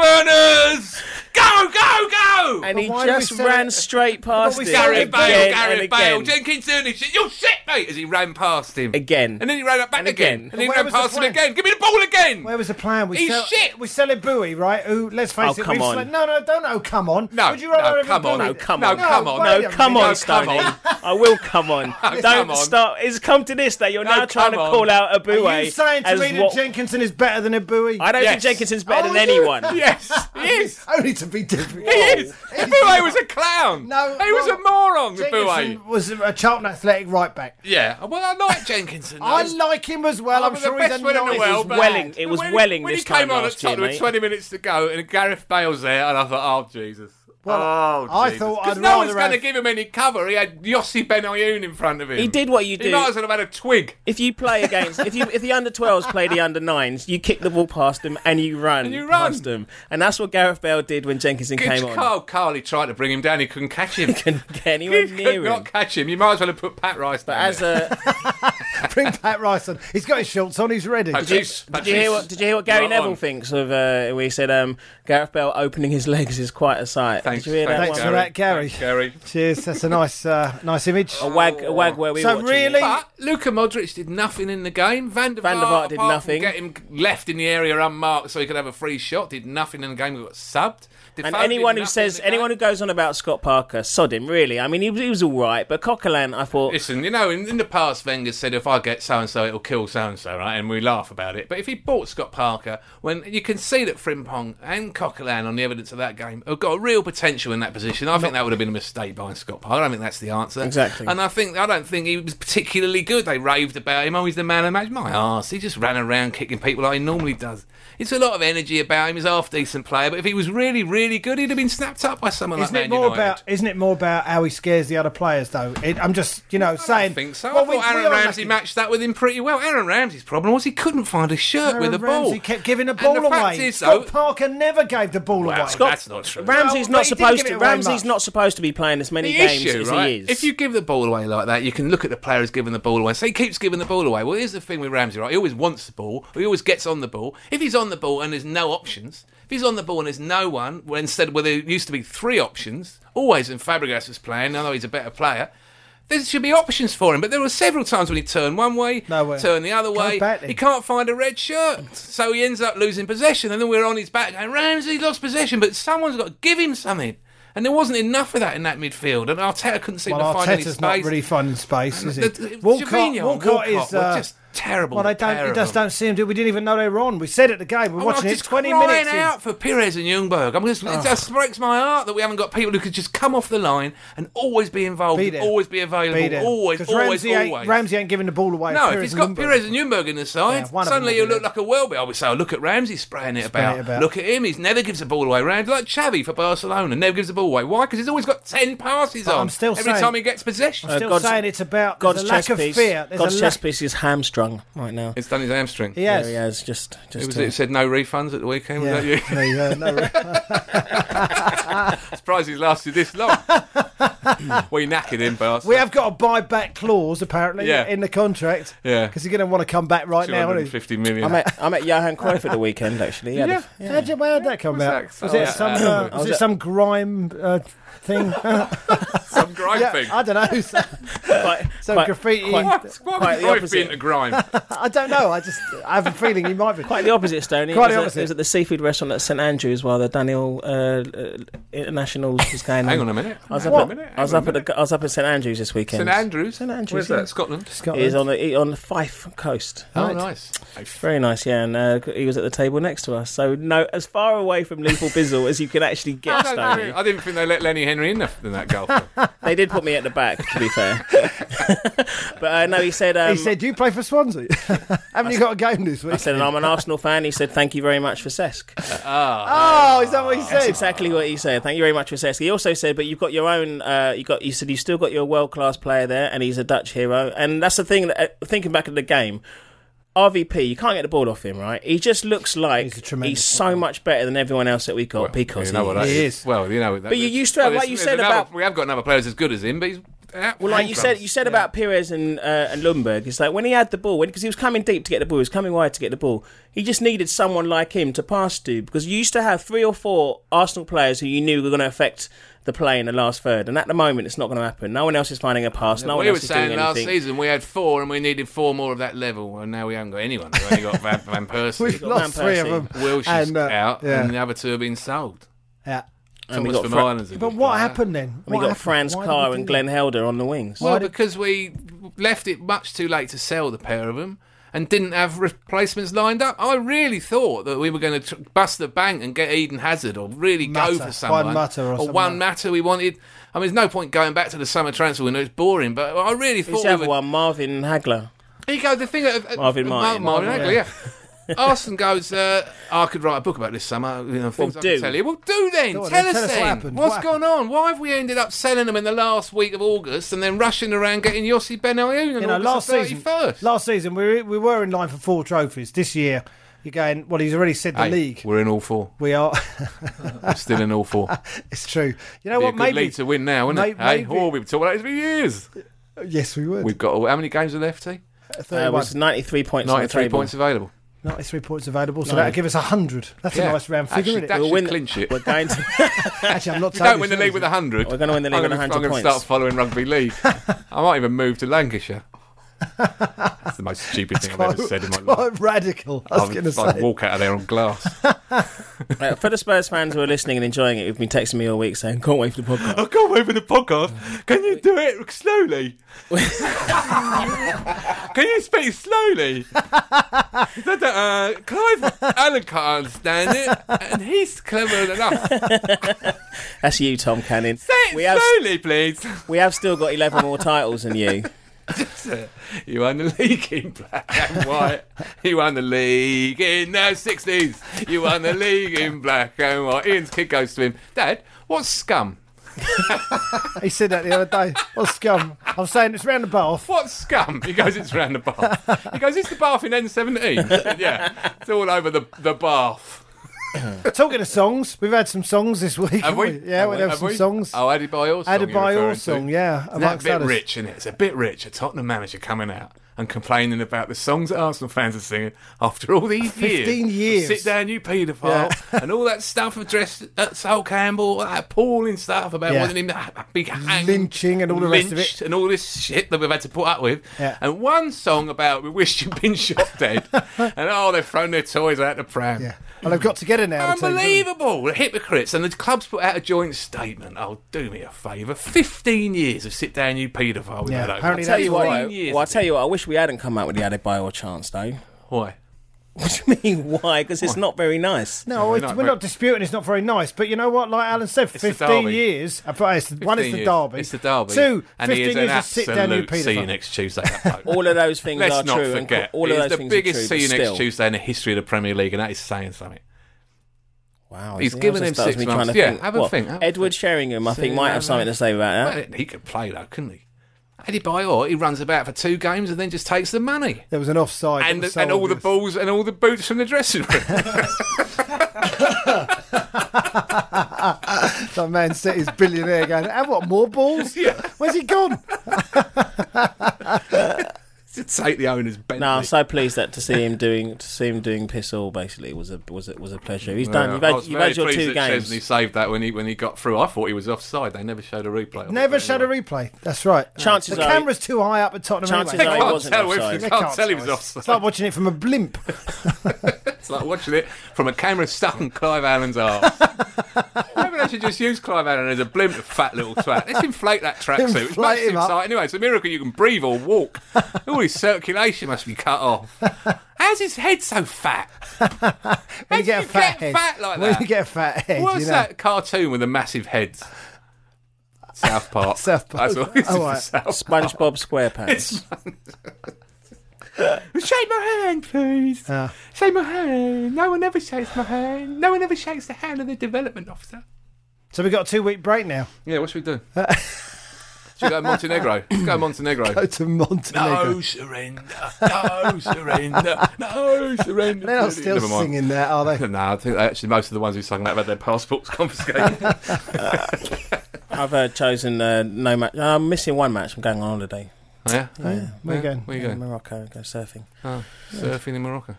Afterburners. Go, go, go.
and he
But why do we
just
say-
ran straight past
we
it.
say
Gareth
again
Bale,
and
Gareth Bale,
again.
Jenkinson is shit. You're shit, mate. As he ran past him
Again.
and then he ran up back
And
again.
again.
and then he
Where
ran
was the
past him
plan?
again. Give me the ball again.
Where was the plan? We
He's
sell,
shit.
We sell a buoy, right? Who? Let's face
Oh,
it.
come
we've
on.
sle- no, no, don't. Oh, come on.
No,
Would you rather
no,
have a
come on,
buoy
no,
than-
come
no,
on,
come on.
wait
No,
a
come
minute.
No,
on,
come
Stoney.
on.
I will come on. Don't
come on.
start. It's come to this that you're
No,
now trying to
come on.
call out a
Are you saying
as
Tarita
what-
Jenkinson is better than a buoy?
I don't
Yes.
think Jenkinson's better
Oh,
than
you-
anyone.
Yes, he is.
Only to be different.
He is. Ibue was a clown.
No,
he was
well,
a moron. Ibue.
Jenkinson was a Charlton Athletic right back.
Yeah, well, I like Jenkinson. though.
I like him as well.
Oh,
I'm
but
sure
the
he's
best
a
one in
nice
the world.
was
but-
Welling. It was
when
Welling
When
this
he came
time
on at
last year,
Tottenham with
mate.
20 minutes to go, and Gareth Bale's there, and I thought, oh Jesus.
Well,
oh,
I
Jesus.
thought
'Cause
I'd
no one's
rather
going to
have-
give him any cover. He had Yossi Benayoun in front of him.
He did what you
He
do.
might as well have had a twig.
If you play against, if you if the under 12s play the under 9s, you kick the ball past them and you run
you run.
past them, and that's what Gareth Bale did when Jenkinson came on.
Carl Carley tried to bring him down. He couldn't catch him.
Couldn't get anywhere
he
near
could
him.
not catch him. You might as well have put Pat Rice down.
But as
there.
a
Bring Pat Rice on. He's got his shorts on. He's ready.
Pat Reece, Pat
Did you hear
Reece.
what Did you hear what Gary
Right on.
Neville thinks of? Uh, we said um, Gareth Bale opening his legs is quite a sight.
Thanks,
did you hear that
thanks,
one?
for that, Gary.
Thanks, Gary.
Cheers. That's a nice, uh, nice image.
A wag, a wag where we
So
watching
really-
it.
But Luka Modric did nothing in the game. Van der,
Van der Vaart did
apart from
nothing.
Get him left in the area unmarked so he could have a free shot. Did nothing in the game. Got subbed. Defoe
And
did
anyone
nothing
who
in
says
the
anyone who
game.
goes on about Scott Parker, sod him. Really, I mean, he, was- he was all right, but Coquelin, I thought
Listen, you know, in, in the past, Wenger said if I get so and so, it'll kill so and so, right? And we laugh about it. But if he bought Scott Parker, when you can see that Frimpong and Coquelin, on the evidence of that game, have got real potential in that position, I think that would have been a mistake by Scott Parker. I don't think that's the answer.
Exactly.
And I think I don't think he was particularly good. They raved about him. Oh, he's the man of the match. My arse, he just ran around kicking people like he normally does. It's a lot of energy about him. He's a half decent player, but if he was really, really good, he'd have been snapped up by someone
Isn't
like
it
Man
more
United.
about? Isn't it more about how he scares the other players, though? It, I'm just, you know,
I
saying.
don't think so.
Well,
I
we-
thought Aaron
we are
Ramsey
lucky.
matched that with him pretty well. Aaron Ramsey's problem was he couldn't find a shirt
Aaron
with a ball.
Ramsey kept giving the
And
ball
the
away.
Fact is,
Scott
though,
Parker never gave the ball
Well,
away.
Scott- That's not true.
Ramsey's
Well,
not
he did
supposed
give it
to.
away
Ramsey's
much.
not supposed to be playing as many
the
games
issue,
as
right?
he is.
If you give the ball away like that, you can look at the player as giving the ball away. So he keeps giving the ball away. Well, here's the thing with Ramsey, right? He always wants the ball. He always gets on the ball. If he's on the ball and there's no options, if he's on the ball and there's no one, well, instead where there used to be three options, always when Fabregas was playing, although he's a better player. There should be options for him, but there were several times when he turned one way,
No way.
turned the other
Go
way.
back then.
He can't find a red shirt, so he ends up losing possession. And then we're on his back, and Ramsey lost possession, but someone's got to give him something. And there wasn't enough of that in that midfield, and Arteta couldn't seem
Well,
to find any
Arteta's
space.
not really finding space, is
The-
he?
the- Jorginho, Walcott
is
were
uh,
just terrible.
Well, they don't.
terrible.
You just don't see him. Do we didn't even know they were on. We said at the game. We're
I'm
watching it.
just
Twenty
crying
minutes. in.
out for Pires and Jungberg. I'm just, It just breaks my heart that we haven't got people who could just come off the line and always be involved,
Be
and
there.
always be available,
Be there.
always,
'Cause
always,
Ramsey ain't,
always.
Ramsey ain't giving the ball away.
No, if
Pires
he's
and
got
Lundberg.
Perez and Newberg in the side,
Yeah, one of them
suddenly
will
he'll
be
look like a worldie. I would say, oh, look at Ramsey spraying it about.
it about.
Look at him. He's never gives the ball away. Ramsey like Xavi for Barcelona never gives the ball away. Why? Because he's always got ten passes on.
I'm still
every
saying-
time he gets possession.
Still
God's-
saying it's about there's
God's
a lack
chess
of
piece,
fear. There's
God's
a
chess
lack
piece is hamstrung right now.
It's done his hamstring.
He has.
There he is, just, uh,
Who
just.
was it who said no refunds at the weekend? Was that you?
There you go. No, re-
Surprised he's lasted this long. we knackered him, but
we have got a buyback clause apparently
Yeah.
in the contract.
Yeah.
Because you're going to want to come back right now, aren't you?
250 million.
I met I met Johan Cruyff at the weekend actually. He had a-
Yeah.
How'd you, where would that come
What's
out?
that?
Was
Oh,
it
yeah.
some?
Uh,
Uh,
I
was it some grime uh, thing?
Some grime
yeah,
thing.
I don't know. So,
quite-
so
quite-
graffiti.
quite-
What? Why
Quite
would
the
Cruyff be
opposite.
into grime?
I don't know. I just I have a feeling he might be.
Quite the opposite, Stoney. it
Quite
was
the
at-
opposite.
it was at the seafood restaurant at St Andrews while the Daniel uh, uh, Internationals was going
Hang on a minute.
I was
Hang
up,
on a minute.
at, I was
Hang
up
on
at
a
the, I was up at St Andrews this weekend.
minute. St Andrews.
St Andrews,
Where's
yeah.
that? Scotland.
It is on the it- on the Fife coast.
Oh,
Right.
nice.
Very nice, yeah. And uh, he was at the table next to us, so no, as far away from Lethal Bizzle as you can actually
I,
get,
don't
Stoney.
know. I didn't think they let Lenny Henry in, the, in that goal.
They did put me at the back, to be fair. but uh, no, he said. Um,
He said, "Do you play for Swansea? Haven't you got a game this
I
week?"
said, and I'm an Arsenal fan. He said, thank you very much for Sesk.
Oh, is that what he
That's
said?
exactly what he said. Thank you very much for Sesk. He also said, but you've got your own. Uh, you got. You said you still got your world class player there, and he's a Dutch hero. And that's the thing. That, uh, thinking back at the game, RVP, you can't get the ball off him, right? He just looks like
He's a
he's,
tremendous
so much better than everyone else that we got because
you know what
he
that
is.
is. Well, you know. That,
But you used to have,
there's-
like you
there's
said
another-
about-
We have got another player as good as him, but he's.
Well, like you said, you said about Pires and uh, and Lundberg. It's like when he had the ball, because he was coming deep to get the ball, he was coming wide to get the ball. He just needed someone like him to pass to because you used to have three or four Arsenal players who you knew were going to affect the play in the last third, and at the moment it's not going to happen. No one else is finding a pass. no one
we were
else is
saying
doing
last
anything.
season we had four and we needed four more of that level, and now we haven't got anyone. We've only got Van, Van
We've
Persie.
lost
Van
three of
Persie.
them.
Wilshere's
And, uh,
out,
yeah.
and the other two have been sold.
Yeah.
And we
Thomas
got
from
Fra-
Ireland's a
But
good
what
player.
happened then?
We got
What happened?
Franz
Why did
Carr and
we do that?
Glenn Helder on the wings.
Well, because we left it much too late to sell the pair of them and didn't have replacements lined up. I really thought that we were going to tr- bust the bank and get Eden Hazard or really
Mata.
go for
One
someone.
Mata or something
one
like
matter we wanted. I mean, there's no point going back to the summer transfer window. It's boring, but I really
Who's
thought
the
we
other
would
one? Marvin Hagler.
He goes, the thing that. uh,
Marvin Martin.
Marvin Hagler, yeah. Arsene goes, uh, I could write a book about this summer. You know, things
Well,
I can
do.
tell you. Well, do then.
Go on,
tell
then,
us
tell us what
then.
happened.
What's
What
gone on? Why have we ended up selling them in the last week of August and then rushing around getting Yossi Ben Ayoun on
You know,
August
last
the
season,
31st?
last season we were, we were in line for four trophies. This year, you're going. Well, he's already said the
Hey,
league.
We're in all four.
We are.
We're still in all four.
it's true. You know
Be a
what?
good
Maybe.
league to win now, isn't it?
May-
Hey,
maybe-
oh, we've talked about this for years.
Yes, we would.
We've got how many games are left? T?
Uh,
31.
was 93 points on the
93
table.
points available.
93 points available, so
No.
that'll give us 100. That's
Yeah.
a nice round figure,
Actually,
isn't it?
that
We'll
should
win-
clinch it.
We're going to
Actually, I'm not
You don't win the league with
a
100.
We're gonna win the league
I'm
with
gonna-
100
I'm gonna
points.
start following rugby league. I might even move to Lancashire. That's the most stupid thing I've ever said in my life.
Quite radical, I was
I'd-
going to
I'd
say.
walk out of there on glass.
Uh, for the Spurs fans who are listening and enjoying it, who've been texting me all week saying, can't wait for the podcast.
I can't wait for the podcast. Can you do it slowly? Can you speak slowly? uh, Clive Allen can't understand it, and he's clever enough. Say
That's you, Tom Cannon.
it
We have,
slowly, please.
we have still got 11 more titles than you.
You won the league in black and white. You won the league in the sixties. You won the league in black and white. Ian's kid goes to him, Dad, what's scum?
He said that the other day. What scum? I'm saying it's round the bath.
What's scum? He goes, It's round the bath. He goes, It's the bath in N seventeen. Yeah. It's all over the the bath.
Talking of songs, we've had some songs this week.
Have we?
haven't Yeah, we've had
Have
some
we?
songs.
Oh, added by all song.
Added
you're
by
referring
all
to.
song, yeah,
Isn't that a
amongst
bit
others.
rich, isn't it? It's a bit rich. A Tottenham manager coming out and complaining about the songs that Arsenal fans are singing after all these
15
years.
years.
Sit down, you paedophile, and all that stuff addressed at Sol Campbell, all that appalling stuff about
Yeah.
wanting him to ha- be hanged,
Lynching and all the rest of it.
lynched and all this shit that we've had to put up with.
Yeah.
And one song about we wish you'd been shot dead, and oh, they've thrown their toys out the pram.
Yeah. Well, they've got together now. the teams, haven't they?
Unbelievable! The hypocrites and the club's put out a joint statement. Oh, do me a favour. Fifteen years of sit down, you paedophile. We've
Yeah,
had over.
apparently
tell you what,
That's
though-
fine.
well, I tell you what, I wish we hadn't come out with the added by all chance, though.
Why?
What do you mean, why? Because it's not very nice.
No,
not
it's, we're
very-
not disputing it's not very nice, but you know what? Like Alan said,
the
15
derby.
years. uh, but it's- One is
15
the
years.
derby.
It's the derby.
Two,
and
15
he is an
years of sit down, you
absolute see you
paedophile.
next Tuesday. that bloke.
All of those things
Let's
are
not
true.
forget.
And all of
he's
those
the
things
biggest
are true.
see you
but
next
still.
Tuesday in the history of the Premier League, and that is saying something.
Wow,
He's
see, that
given
also
him
starts
six
me trying
months.
to
Yeah,
think.
have a
What,
think, have a
Edward Sheringham, I think, might have something to say about that.
He could play though, couldn't he? Eddie Bayor, he runs about for two games and then just takes the money.
There was an offside. that
And,
was
and all
sold,
the
yes.
balls and all the boots from the dressing room.
That man City's billionaire going, and what, more balls? Where's he gone?
to take the owner's Bentley.
No, I'm so pleased that to see him doing to see him doing piss all basically was a was a, was a pleasure. He's done.
Yeah,
You've
I
had,
was
you've
very
had your
pleased
two
that
games.
Chesney saved that when he when he got through. I thought he was offside. They never showed a replay. of
Never
it.
showed a replay. That's right.
Chances
the
are-
camera's too high up at Tottenham.
Chances
They
anyway.
are- No, he
can't
wasn't
tell if
offside.
they
They
can't tell he
tell
was
us.
offside.
It's like watching it from a blimp.
It's like watching it from a camera stuck on Clive Allen's arse. Maybe they should just use Clive Allen as a blimp, fat little twat. Let's inflate that tracksuit. It
Inflate
makes
him
him
up.
tight. Anyway, it's a miracle you can breathe or walk. All his circulation must be cut off. How's his head so fat?
When
How do
you get a
you
fat
get
head.
fat like
when
that?
you get a fat head,
What's
you know.
that cartoon with the massive heads? South Park.
South Park.
That's what it's
All right.
South
SpongeBob SquarePants.
Shake my hand, please.
Ah.
Shake my hand. No one ever shakes my hand. No one ever shakes the hand of the development officer.
So we've got a two week break now.
Yeah, what should we do? should we go to Montenegro? Let's go to Montenegro.
Uh, Go to Montenegro.
no surrender. No surrender. No surrender.
They're not still
Never mind.
singing that, are they?
No, I think actually most of the ones who sang that have had their passports confiscated.
I've uh, chosen uh, no match. I'm missing one match. I'm going on holiday.
yeah,
Yeah, where you going?
Where you
Go to
going?
Morocco, go surfing.
Surfing in Morocco.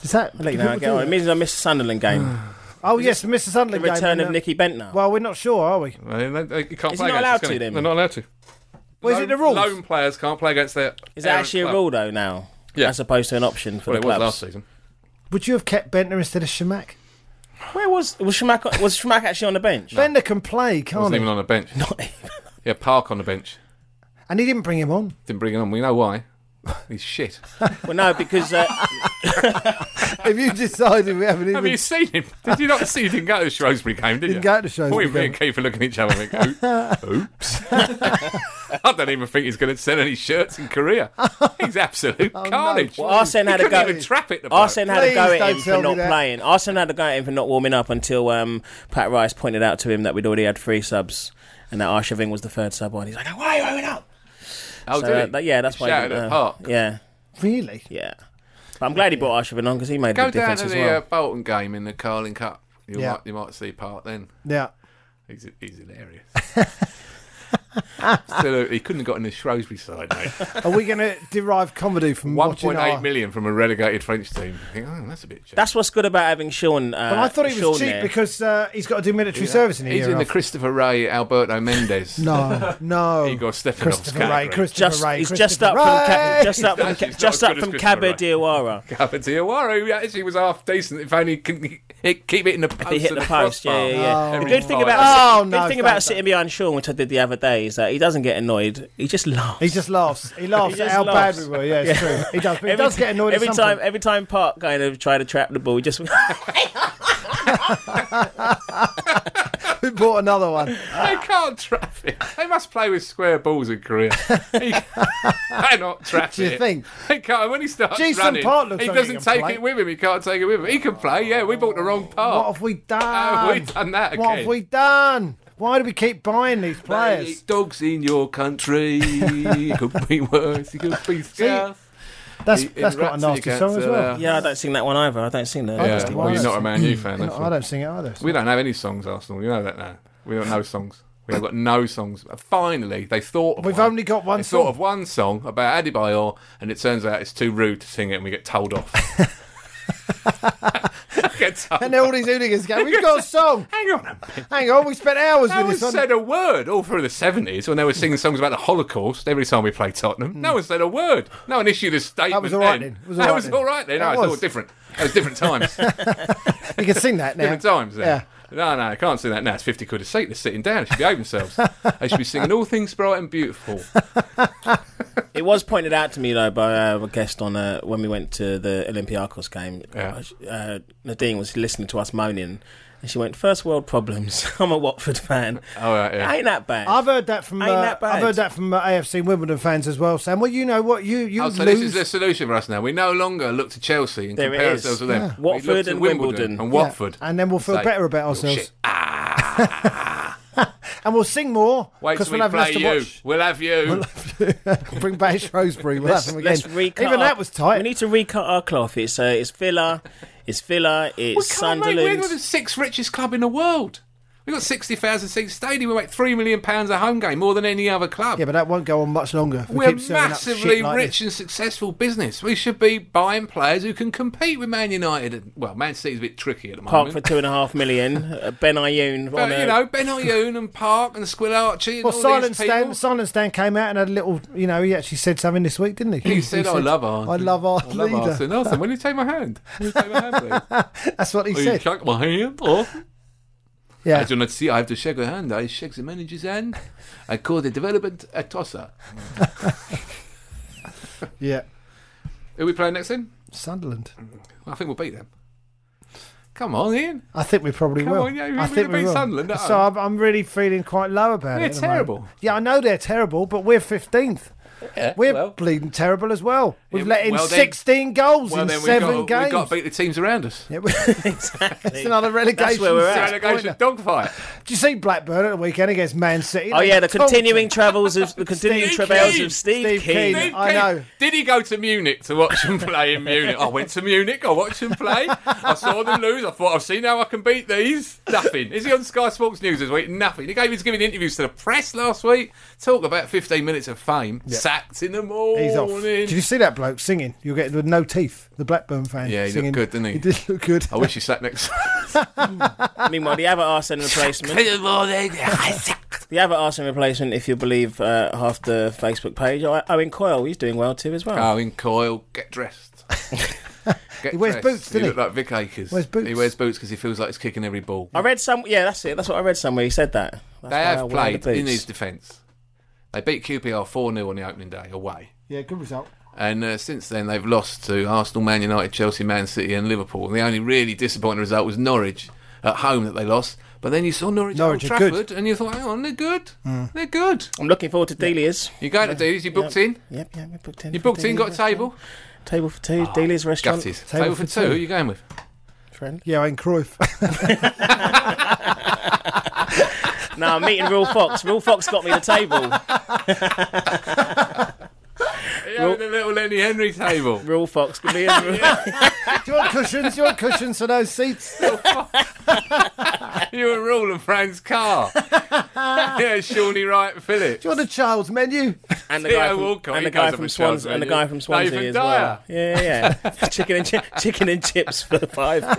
Does that?
I'll let you
do
know. how I
people
get
do
on.
that?
It means I missed the Sunderland game.
Oh yes, Mr.
the
Sunderland.
return
game,
of
uh,
Nicky Bentner.
Well, we're not sure, are we?
Well, they- they- you can't
Is
play
he not
against
allowed
us, can
to,
he?
then?
They're not allowed to.
Well, is it
Lone-
the rules?
Lone players can't play against their.
Is it
parent
actually a
club.
rule though now?
Yeah.
As opposed to an option for
Well,
the
it was
clubs.
last season.
Would you have kept Bentner instead of Shamak?
Where was was Schmack? Was Schmack actually on the bench?
Bender can play, can't
Wasn't
he?
even on a bench. Yeah, Park on the bench.
And he didn't bring him on.
Didn't bring him on. We know why. He's shit.
well, no, because uh,
If you decided we haven't
Have
even
you seen him? Did you not see? You didn't go to the Shrewsbury game, did you?
Didn't go to the Shrewsbury
We me and Keith are looking at each other and think, "Oop- oops. I don't even think he's going to sell any shirts in Korea. He's absolute carnage.
well, Arsene
he
had a
couldn't
go.
even trap it. The bloke.
Arsene had a
Please
go at
don't
him
tell
for
me
not
that.
playing. Arsene had a go at him for not warming up until um, Pat Rice pointed out to him that we'd already had three subs and that Arshavin was the third sub on. He's like, "Why are you warming up?"
oh,
So,
did
uh,
he?
that- yeah, that's
He
why. he
Shouted
didn't,
at
uh,
Park.
Yeah,
really.
yeah. But I'm glad he brought Arshavin on because he made a
Go
big
down
difference
to
as
the uh,
well.
Bolton game in the Carling Cup. You
Yeah.
might you might see Park then.
Yeah.
He's, he's hilarious. Absolutely, he couldn't have got in the Shrewsbury side, mate.
Are we going to derive comedy from
One
watching
point
our...
eight million from a relegated French team. You think, oh, that's a bit. cheap.
That's what's good about having Sean. Uh,
Well, I thought he was
Sean
cheap
there.
because uh, he's got to do military service in a
He's
year.
in the
after.
Christopher Ray, Alberto Mendes.
No, no.
Igor Stefanov's
Christopher Ray.
category.
Christopher
Just,
Ray.
he's just
Christopher
up, from Ca-
Ray!
just up from
He's
Ca-
not
just
as
up
good
from
as Christopher
Cabba
Wright.
Diawara.
Diawara, who actually was half decent, if only can it keep it in the post.
He hit
and
the post, yeah,
crossbar.
yeah, yeah. The
Every
good thing
time.
about
Oh,
the
no,
good thing about
thank
sitting behind Sean, which I did the other day, is that he doesn't get annoyed. He just laughs.
He just laughs. He laughs
just
at how
laughs.
bad we were. Yeah, it's true. He does. But he does get annoyed
every
at some
time.
point.
Every time Park kind of tried to trap the ball, he just
We bought another one.
they can't trap it. They must play with square balls in Korea. They cannot trap
Do you
it.
think?
He can't. When he starts
Jason
running,
Park looks
he
like he
doesn't
can
take
play.
it with him. He can't take it with him. He can play. Yeah, we bought the wrong
What
part.
have we
Oh,
done?
we've done that
What
again.
have we done? Why do we keep buying these
They
players?
eat dogs in your country. it could be worse. It could be scarce.
That's
in
that's quite a
Rhapsody
nasty song as
Cancer,
well.
uh,
yeah, I don't sing that one either. I don't sing that.
I
Yeah,
don't
well,
know.
you're not a Man U fan.
Mm. You
That's
know,
all.
I don't sing it either. so-
We don't have any songs, Arsenal. You know that now. We got no songs. We've got no songs. Finally, they thought. Of
We've
one.
only got one
They
song.
thought of one song about Adebayor, and it turns out it's too rude to sing it, and we get told off. Get told-
And then all these hooligans go, we've got a song.
Hang on a minute.
Hang on, we spent hours
No one
with this one.
said a word all through the 70s when they were singing songs about the Holocaust every time we played Tottenham. No one said a word. No one issued a statement.
Hmm. was all right
then.
then. It was all
that
right
was
then.
all right then. No,
That
it's all
was.
different. That was different times.
You can sing that now.
different times then. No, no, I can't see that now. It's 50 quid a seat. They're sitting down. They should behave themselves. they should be singing all things bright and beautiful.
It was pointed out to me though by uh, a guest on uh, when we went to the Olympiacos game.
Yeah.
Uh, Nadine was listening to us moaning, and she went, First world problems." I'm a Watford fan.
All Oh, right, yeah.
Ain't that bad?
I've heard that from uh,
Ain't that bad?
I've heard that from uh, AFC Wimbledon fans as well, Sam. Well, you know what you you
Oh, so
lose.
this is the solution for us now. We no longer look to Chelsea and
There
compare
it is.
ourselves with them.
Yeah.
We look
Watford
to
and Wimbledon.
and
Yeah.
Watford,
and then we'll feel
say,
better about
"Little
ourselves.
shit." Ah,
and we'll sing more
Wait
because
till
we'll
we
have less
play
to
you.
watch.
We'll have you.
Bring back Shrewsbury. We'll have them again.
Let's recut.
Even
our-
that was tight.
We need to recut our cloth. It's uh, it's Villa, it's Villa, it's
We can't, mate.
Sunderland.
We're the sixth richest club in the world. We've got 60,000 seat stadium. We make £3 million pounds a home game, more than any other club.
yeah, but that won't go on much longer. if we
We're
keep serving up
massively
shit like
rich and successful business. We should be buying players who can compete with Man United. and- Well, Man City's a bit tricky at the
Park
moment.
for two and a half million. uh, ben Ayoun.
but,
on a-
you know, Ben Ayoun and Park and Squill Archie and
Well,
all
Silent
these people.
Stan, Silent Stan came out and had a little, you know, he actually said something this week, didn't he?
He said, I love Arsenal.
I love our
I love
leader.
Arsene. Arsene, will you take my hand? Will you take my hand, please?
That's what he
Will Oh, you
said.
shake my hand? Or? I
Yeah.
do not see. I have to shake her hand. I shake the manager's hand. I call the development a tosser.
Yeah.
Who we playing next in?
Sunderland.
I think we'll beat them. Come on, Ian.
I think we probably
Come
will.
on, yeah, we-
I
we
think we
beat
will.
Sunderland at
so
home.
I'm, I'm really feeling quite low about
They're
it. at the moment.
terrible.
Yeah, I know they're terrible, but we're 15th. We're
well.
bleeding terrible as well. We've
Yeah,
let in
well then-
16 goals
Well,
in
then we've
seven
got,
games.
we've got to beat the teams around us.
Yeah, we- it's another relegation.
where we're at.
six-pointer.
Relegation dogfight.
Did you see Blackburn at the weekend against Man City?
Oh
They
yeah, the
talked
continuing travels of the continuing
Steve
travails
Keane.
of Steve,
Steve
Keane.
Keane.
Did
I
Keane-
know.
Did he go to Munich to watch him play in Munich? I went to Munich. I watched him play. I saw them lose. I thought, I've seen how I can beat these. Nothing. Is he on Sky Sports News this week? Nothing. He gave his giving interviews to the press last week. Talk about 15 minutes of fame. Sacked in the morning.
He's off. Did you see that bloke singing? You'll get with no teeth. The Blackburn fan.
Yeah, he looked
singing.
good, didn't he? Oh.
He did look good.
I wish he sat next.
Meanwhile, the other Arsenal replacement,
Good morning. I sacked.
the other Arsenal replacement, if you believe uh, half the Facebook page, O- Owen Coyle, he's doing well too as well.
Owen Coyle, Oh, get dressed. Get
He wears
dressed.
boots,
he
doesn't he?
look like Vic Akers.
Wears boots.
He wears boots because he feels like he's kicking every ball.
I read some, yeah, that's it. That's what I read somewhere. He said that. That's
They
why I
have
wear the
played in
boots.
his defence. They beat QPR 4 0 on the opening day away.
Yeah, good result.
And uh, since then, they've lost to Arsenal, Man United, Chelsea, Man City, and Liverpool. The only really disappointing result was Norwich at home that they lost. But then you saw Norwich,
Norwich
at
are
Old
good. Mm.
Trafford, and you thought, hang on, they're good. They're good.
I'm looking forward to Delia's.
You go to D's, you booked in.
Yep, yeah, we booked in.
You
for
booked in,
Delia's
got a
restaurant.
table.
Table for two, Delia's restaurant.
Ah, Gutted.
Table
Table,
for
for
two.
two. Who are you going with?
Friend.
Yeah, and Cruyff.
No, I'm meeting Real Fox. Real Fox got me the table.
Yeah, the little Lenny Henry table.
Real Fox got me a
Do you want cushions? Do you want cushions for those seats?
you were ruling Fran's car. yeah, Shawnee Wright Phillips.
Do you want a child's menu?
and the
Theo
guy from,
Walcott,
and the
he
guy
goes
from
up a shelf,
Swansea, and the
don't you?
guy from Swansea
Nathan
as
Dyer.
well. Yeah, yeah. chicken and chi- chicken and chips for five, please.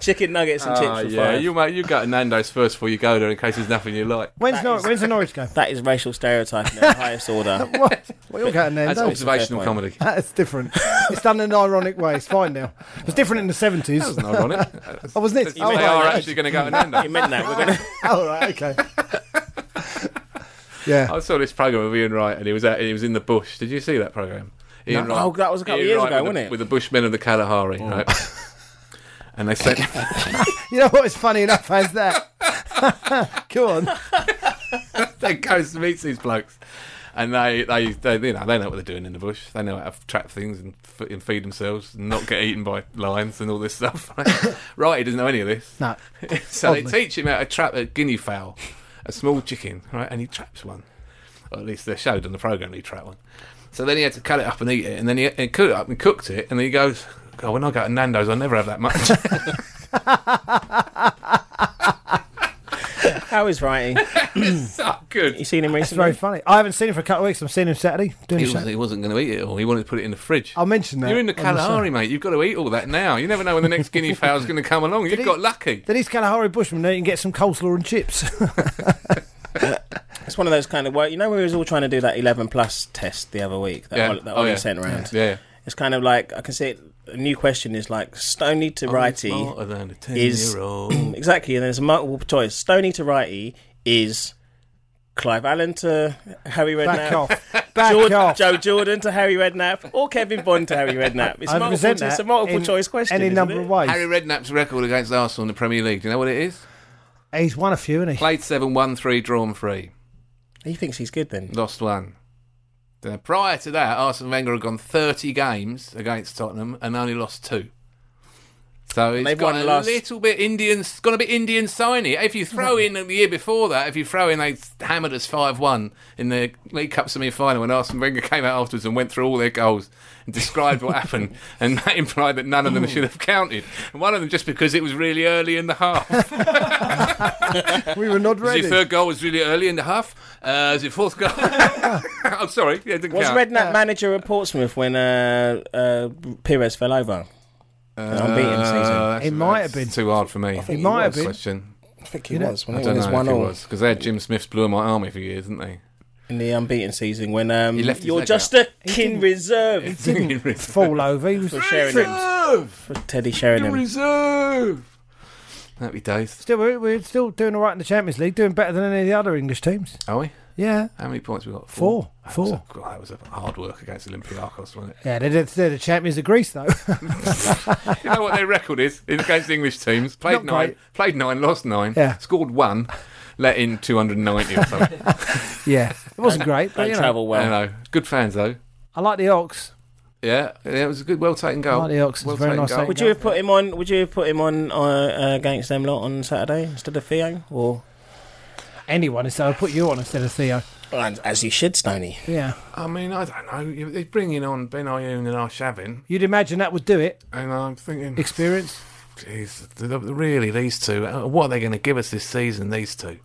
chicken nuggets and
Ah,
chips for
yeah,
five.
you mate, you go to Nando's first before you go there in case there's nothing you like.
When's, Nor- when's the Norwich game?
That is racial stereotyping of the highest order.
What? We're all getting there.
That's
No,
observational
fair
comedy.
point.
that's different. It's done in an ironic way. It's fine now. It was different in the 70s.
That's not ironic.
Oh, wasn't it?
they
Oh,
are
right.
actually going to go to
You
Nando's.
meant that. We're gonna.
Oh, right, okay. yeah.
I saw this program with Ian Wright, and he was out, he was in the bush. Did you see that program? Ian
No. Oh, that was a couple of years ago,
with the-
wasn't it? Oh.
With the Bushmen of the Kalahari, right? And they sent
You know what is funny enough as that? Go on.
they goes to meet these blokes, and they, they they you know they know what they're doing in the bush. They know how to trap things and, f- and feed themselves, and not get eaten by lions and all this stuff. right, he doesn't know any of this.
No.
so they
Oddly.
teach him how to trap a guinea fowl, a small chicken, right? And he traps one. Or at least they showed on the program he trapped one. So then he had to cut it up and eat it, and then he, he cut it up and cooked it, and then he goes, "God, when I go to Nando's, I never have that much."
How is writing?
it's so
You
good.
seen him
It's very
recently?
funny. I haven't seen him for a couple of weeks. I'm seeing him Saturday. Doing
He
a show.
wasn't, he wasn't going to eat it all. He wanted to put it in the fridge.
I'll mention that.
You're in the
on show.
Kalahari, mate. You've got to eat all that now. You never know when the next guinea fowl's going to come along. You've
he-
got lucky.
Then he's Kalahari Bushman. Then you can get some coleslaw and chips.
It's one of those kind of work. You know, when we was all trying to do that 11 plus test the other week. That
Yeah.
Oli- that
Oh,
Ollie
yeah.
sent around.
Yeah.
It's kind of like I can see it. A new question is like Stony to righty.
Smarter than a
is-
10-year-old.
Exactly, and there's a multiple choice. Stoney to righty is Clive Allen to Harry
Back
Redknapp,
off. Back
Jord-
off.
Joe Jordan to Harry Redknapp, or Kevin Bond to Harry Redknapp. It's,
I
multiple,
resent
it's a
that
multiple
in
choice question.
Any
isn't
number
it?
of ways.
Harry Redknapp's record against Arsenal in the Premier League. Do you know what it is?
he's won a few, isn't he?
Played seven, won three, drawn three,
He thinks he's good then.
lost one. Now, prior to that, Arsene Wenger had gone 30 games against Tottenham and only lost two. So So it's
they've
got
won
a
last-
little bit Indian. It's gonna be Indian signy. If you throw in the year before that, if you throw in they hammered us five one in the League Cup semi final when Arsene Wenger came out afterwards and went through all their goals and described what happened, and that implied that none of them should have counted, and one of them just because it was really early in the half.
We were not ready.
His third goal was really early in the half. Uh, his fourth goal. I'm sorry, yeah, it didn't
Was
count.
Redknapp manager at Portsmouth when uh, uh, Pires fell over? An unbeaten season.
that's-
It might
Uh, that's
have been.
Too hard for me.
It might have
That's a
been.
Question.
I think he
know,
was. When
I
it
don't
was
know
one
if it
all
was because they had Jim Smith's blue in my army for years, didn't they?
in the unbeaten season when um,
He left his
you're
leg
just a kin reserve
Didn't fall over. He was
Sheringham.
tripped.
Reserve.
for Teddy Sheringham.
Reserve. That'd be days.
Still, we're, we're still doing all right in the Champions League, doing better than any of the other English teams.
Are we?
Yeah,
How many points we got?
four,
Oh, That was
four.
a- God, That was, a, hard work against Olympiacos, wasn't it?
Yeah, they're, they're the champions of Greece, though.
you know what their record is against English teams? Played
Not
nine,
great.
played nine, lost nine,
Yeah.
scored one, let in 290 or something.
yeah, it wasn't great, but
Don't
you know,
travel
I
well.
don't know. Good fans though.
I like the Ox.
Yeah, yeah, it was a good, well taken goal.
Marty Ox is
well
very
taken
nice
goal.
taken
Would you have put him on? Would you have put him on uh, uh, against them lot on Saturday instead of Theo? Or
Anyone instead, I'll put you on instead of Theo.
as you should, Stoney.
Yeah,
I mean, I don't know. You- They're bringing on Ben Ayoun and Arshavin,
you'd imagine that would do it.
and I'm thinking,
Experience.
geez, th- th- really, these two? uh, What are they going to give us this season? These two?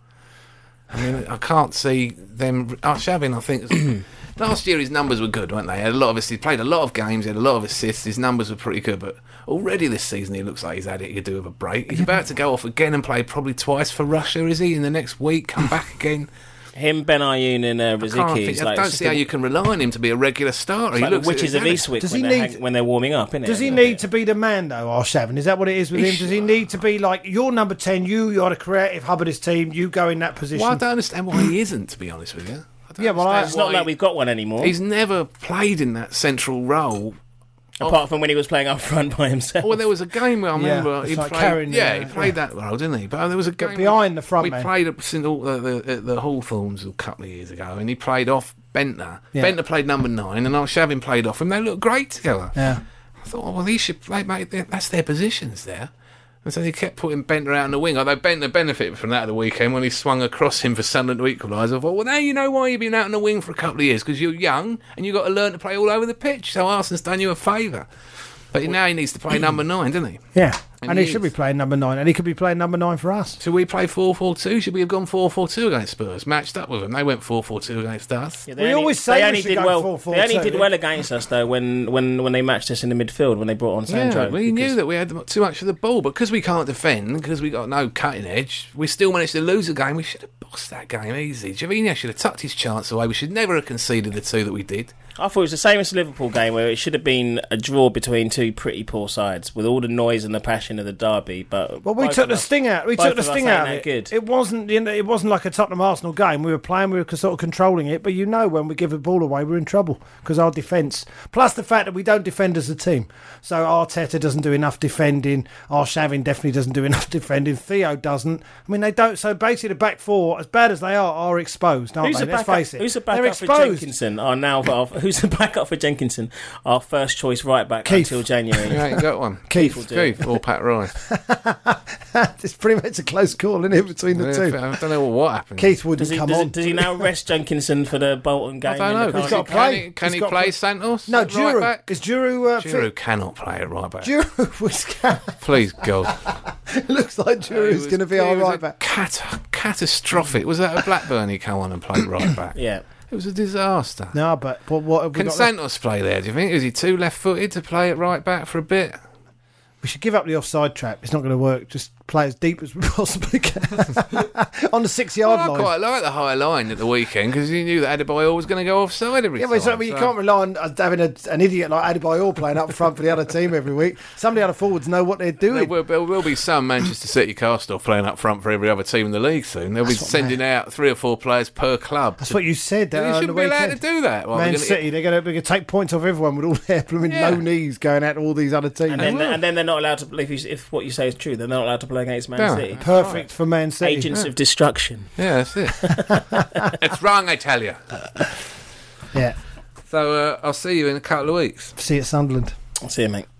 I mean, I can't see them. Arshavin, I think. is- Last year his numbers were good, weren't they? He had a lot of assists. He played a lot of games. He had a lot of assists. His numbers were pretty good, but already this season he looks like he's had it. He could do with a break. He's about to go off again and play probably twice for Russia. Is he in the next week? Come back again.
Him, Ben Ayoun, and uh,
can't
Riziki.
think,
is
I
like,
don't
it's
see
just
how you can rely on him to be a regular starter.
a-
he
like the
looks
witches of
Eastwick.
Eastwick
Does
when,
he
they're
need-
hang- when they're warming up, innit?
Does he need to be the man though, Arshavin? Is that what it is with him? Does he need to be like you're number ten? You, you're the creative hub of this team. You go in that position.
Well, I don't understand why he isn't. To be honest with you, I don't
Yeah, well, I-
understand
It's not
why
like we've got one anymore.
He's never played in that central role.
apart from when he was playing up front by himself.
Well, there was a game where I
Yeah,
remember
it's
he
like
played.
carrying the-
yeah, he played that role, didn't he? But uh, there was a game
behind the front
We
man.
played at St. Al- the, uh, the, at the Hawthorns a couple of years ago, and he played off Bentner.
Yeah.
Bentner played number nine, and Arshavin played off him. They looked great together.
Yeah.
I thought, oh, well, he should play, mate. that- That's their positions there. And so they kept putting Bentner out on the wing. Although Bentner benefited from that at the weekend when he swung across him for Sunderland to equalise. I thought, well, now you know why you've been out on the wing for a couple of years because you're young and you've got to learn to play all over the pitch. So Arsenal's done you a favour. But now he needs to play number nine, doesn't he?
Yeah, and,
And
he
he
should be
is.
playing number nine, and he could be playing number nine for us.
Should we play 4 4 2? Should we have gone 4 4 2 against Spurs? Matched up with them. They went 4 4 2 against us.
Yeah, they
We
only-
always say
they
we
only
should
did
go
well.
4-4-2,
they only did
yeah.
well against us though when, when, when they matched us in the midfield when they brought on Sandro.
Yeah,
because-
we knew that we had too much of the ball, but because we can't defend, because we got no cutting edge, we still managed to lose a game. We should have bossed that game easy. Javinia should have tucked his chance away. We should never have conceded the two that we did.
I thought it was the same as the Liverpool game where it should have been a draw between two pretty poor sides with all the noise and the passion of the derby. But
Well, we
both
took
of
the
us-
sting out. We
both
took the
of us
sting
ain't
out. Of
that
it.
good.
it wasn't. You know, it wasn't like a Tottenham Arsenal game. We were playing. We were sort of controlling it. But you know, when we give a ball away, we're in trouble because our defence. Plus the fact that we don't defend as a team. So Arteta doesn't do enough defending. Arshavin definitely doesn't do enough defending. Theo doesn't. I mean, they don't. So basically, the back four, as bad as they are, are exposed, aren't
Who's
they?
the
Let's
backup?
face it.
Who's the
They're
backup for
exposed.
Jenkinson? Our now, our, who's the backup for Jenkinson? Our first choice right back
Keith.
until January.
You ain't got one.
Keith will
do.
Keith or Pat Rice.
it's pretty much a close call, isn't it, between the two?
I don't know what happened.
Keith wouldn't
Does he,
come
does,
on.
he, does he now rest Jenkinson for the Bolton game?
I don't
in the
know.
car?
got to
can
play.
he, can
He's
he
got to
play
play.
Santos?
no,
at
Juru.
Right back?
Is Juru uh, fit?
Juru cannot play at right back.
Giroud was
Please, God.
looks like
He
Giroud's
was-
going to be
he
our
was a
right back.
Cat- catastrophic. Was that a Blackburn he came on and played right back?
Yeah.
It was a disaster.
No, but what, what have we
Can
got left?
Santos play there? Do you think? Is he too left-footed to play at right back for a bit?
We should give up the offside trap. It's not going to work. Just play as deep as we possibly can on the six-yard
Well, Oh, I
line.
quite like the high line at the weekend because you knew that Adebayor was going to go offside every
Yeah,
time.
but so, you can't rely on uh, having a, an idiot like Adebayor playing up front for the other team every week. Some of the other forwards know what they're
There
doing.
will, there will be some Manchester City cast off playing up front for every other team in the league soon. They'll be
what
sending out three or four players per club.
That's what you said.
They
Uh, on the
shouldn't be allowed
weekend.
to do that. Well, we're
Man
gonna-
City, they're going to take points off everyone with all their blooming
Yeah.
low knees going out to all these other teams.
And then, and then they're not allowed to. If, you, if what you say is true, they're not allowed to play against Man
Yeah.
City.
Perfect for Man City.
Agents of destruction.
Yeah, that's it. it's wrong, I tell you.
Yeah,
So uh, I'll see you in a couple of weeks.
see you at Sunderland.
See you, mate.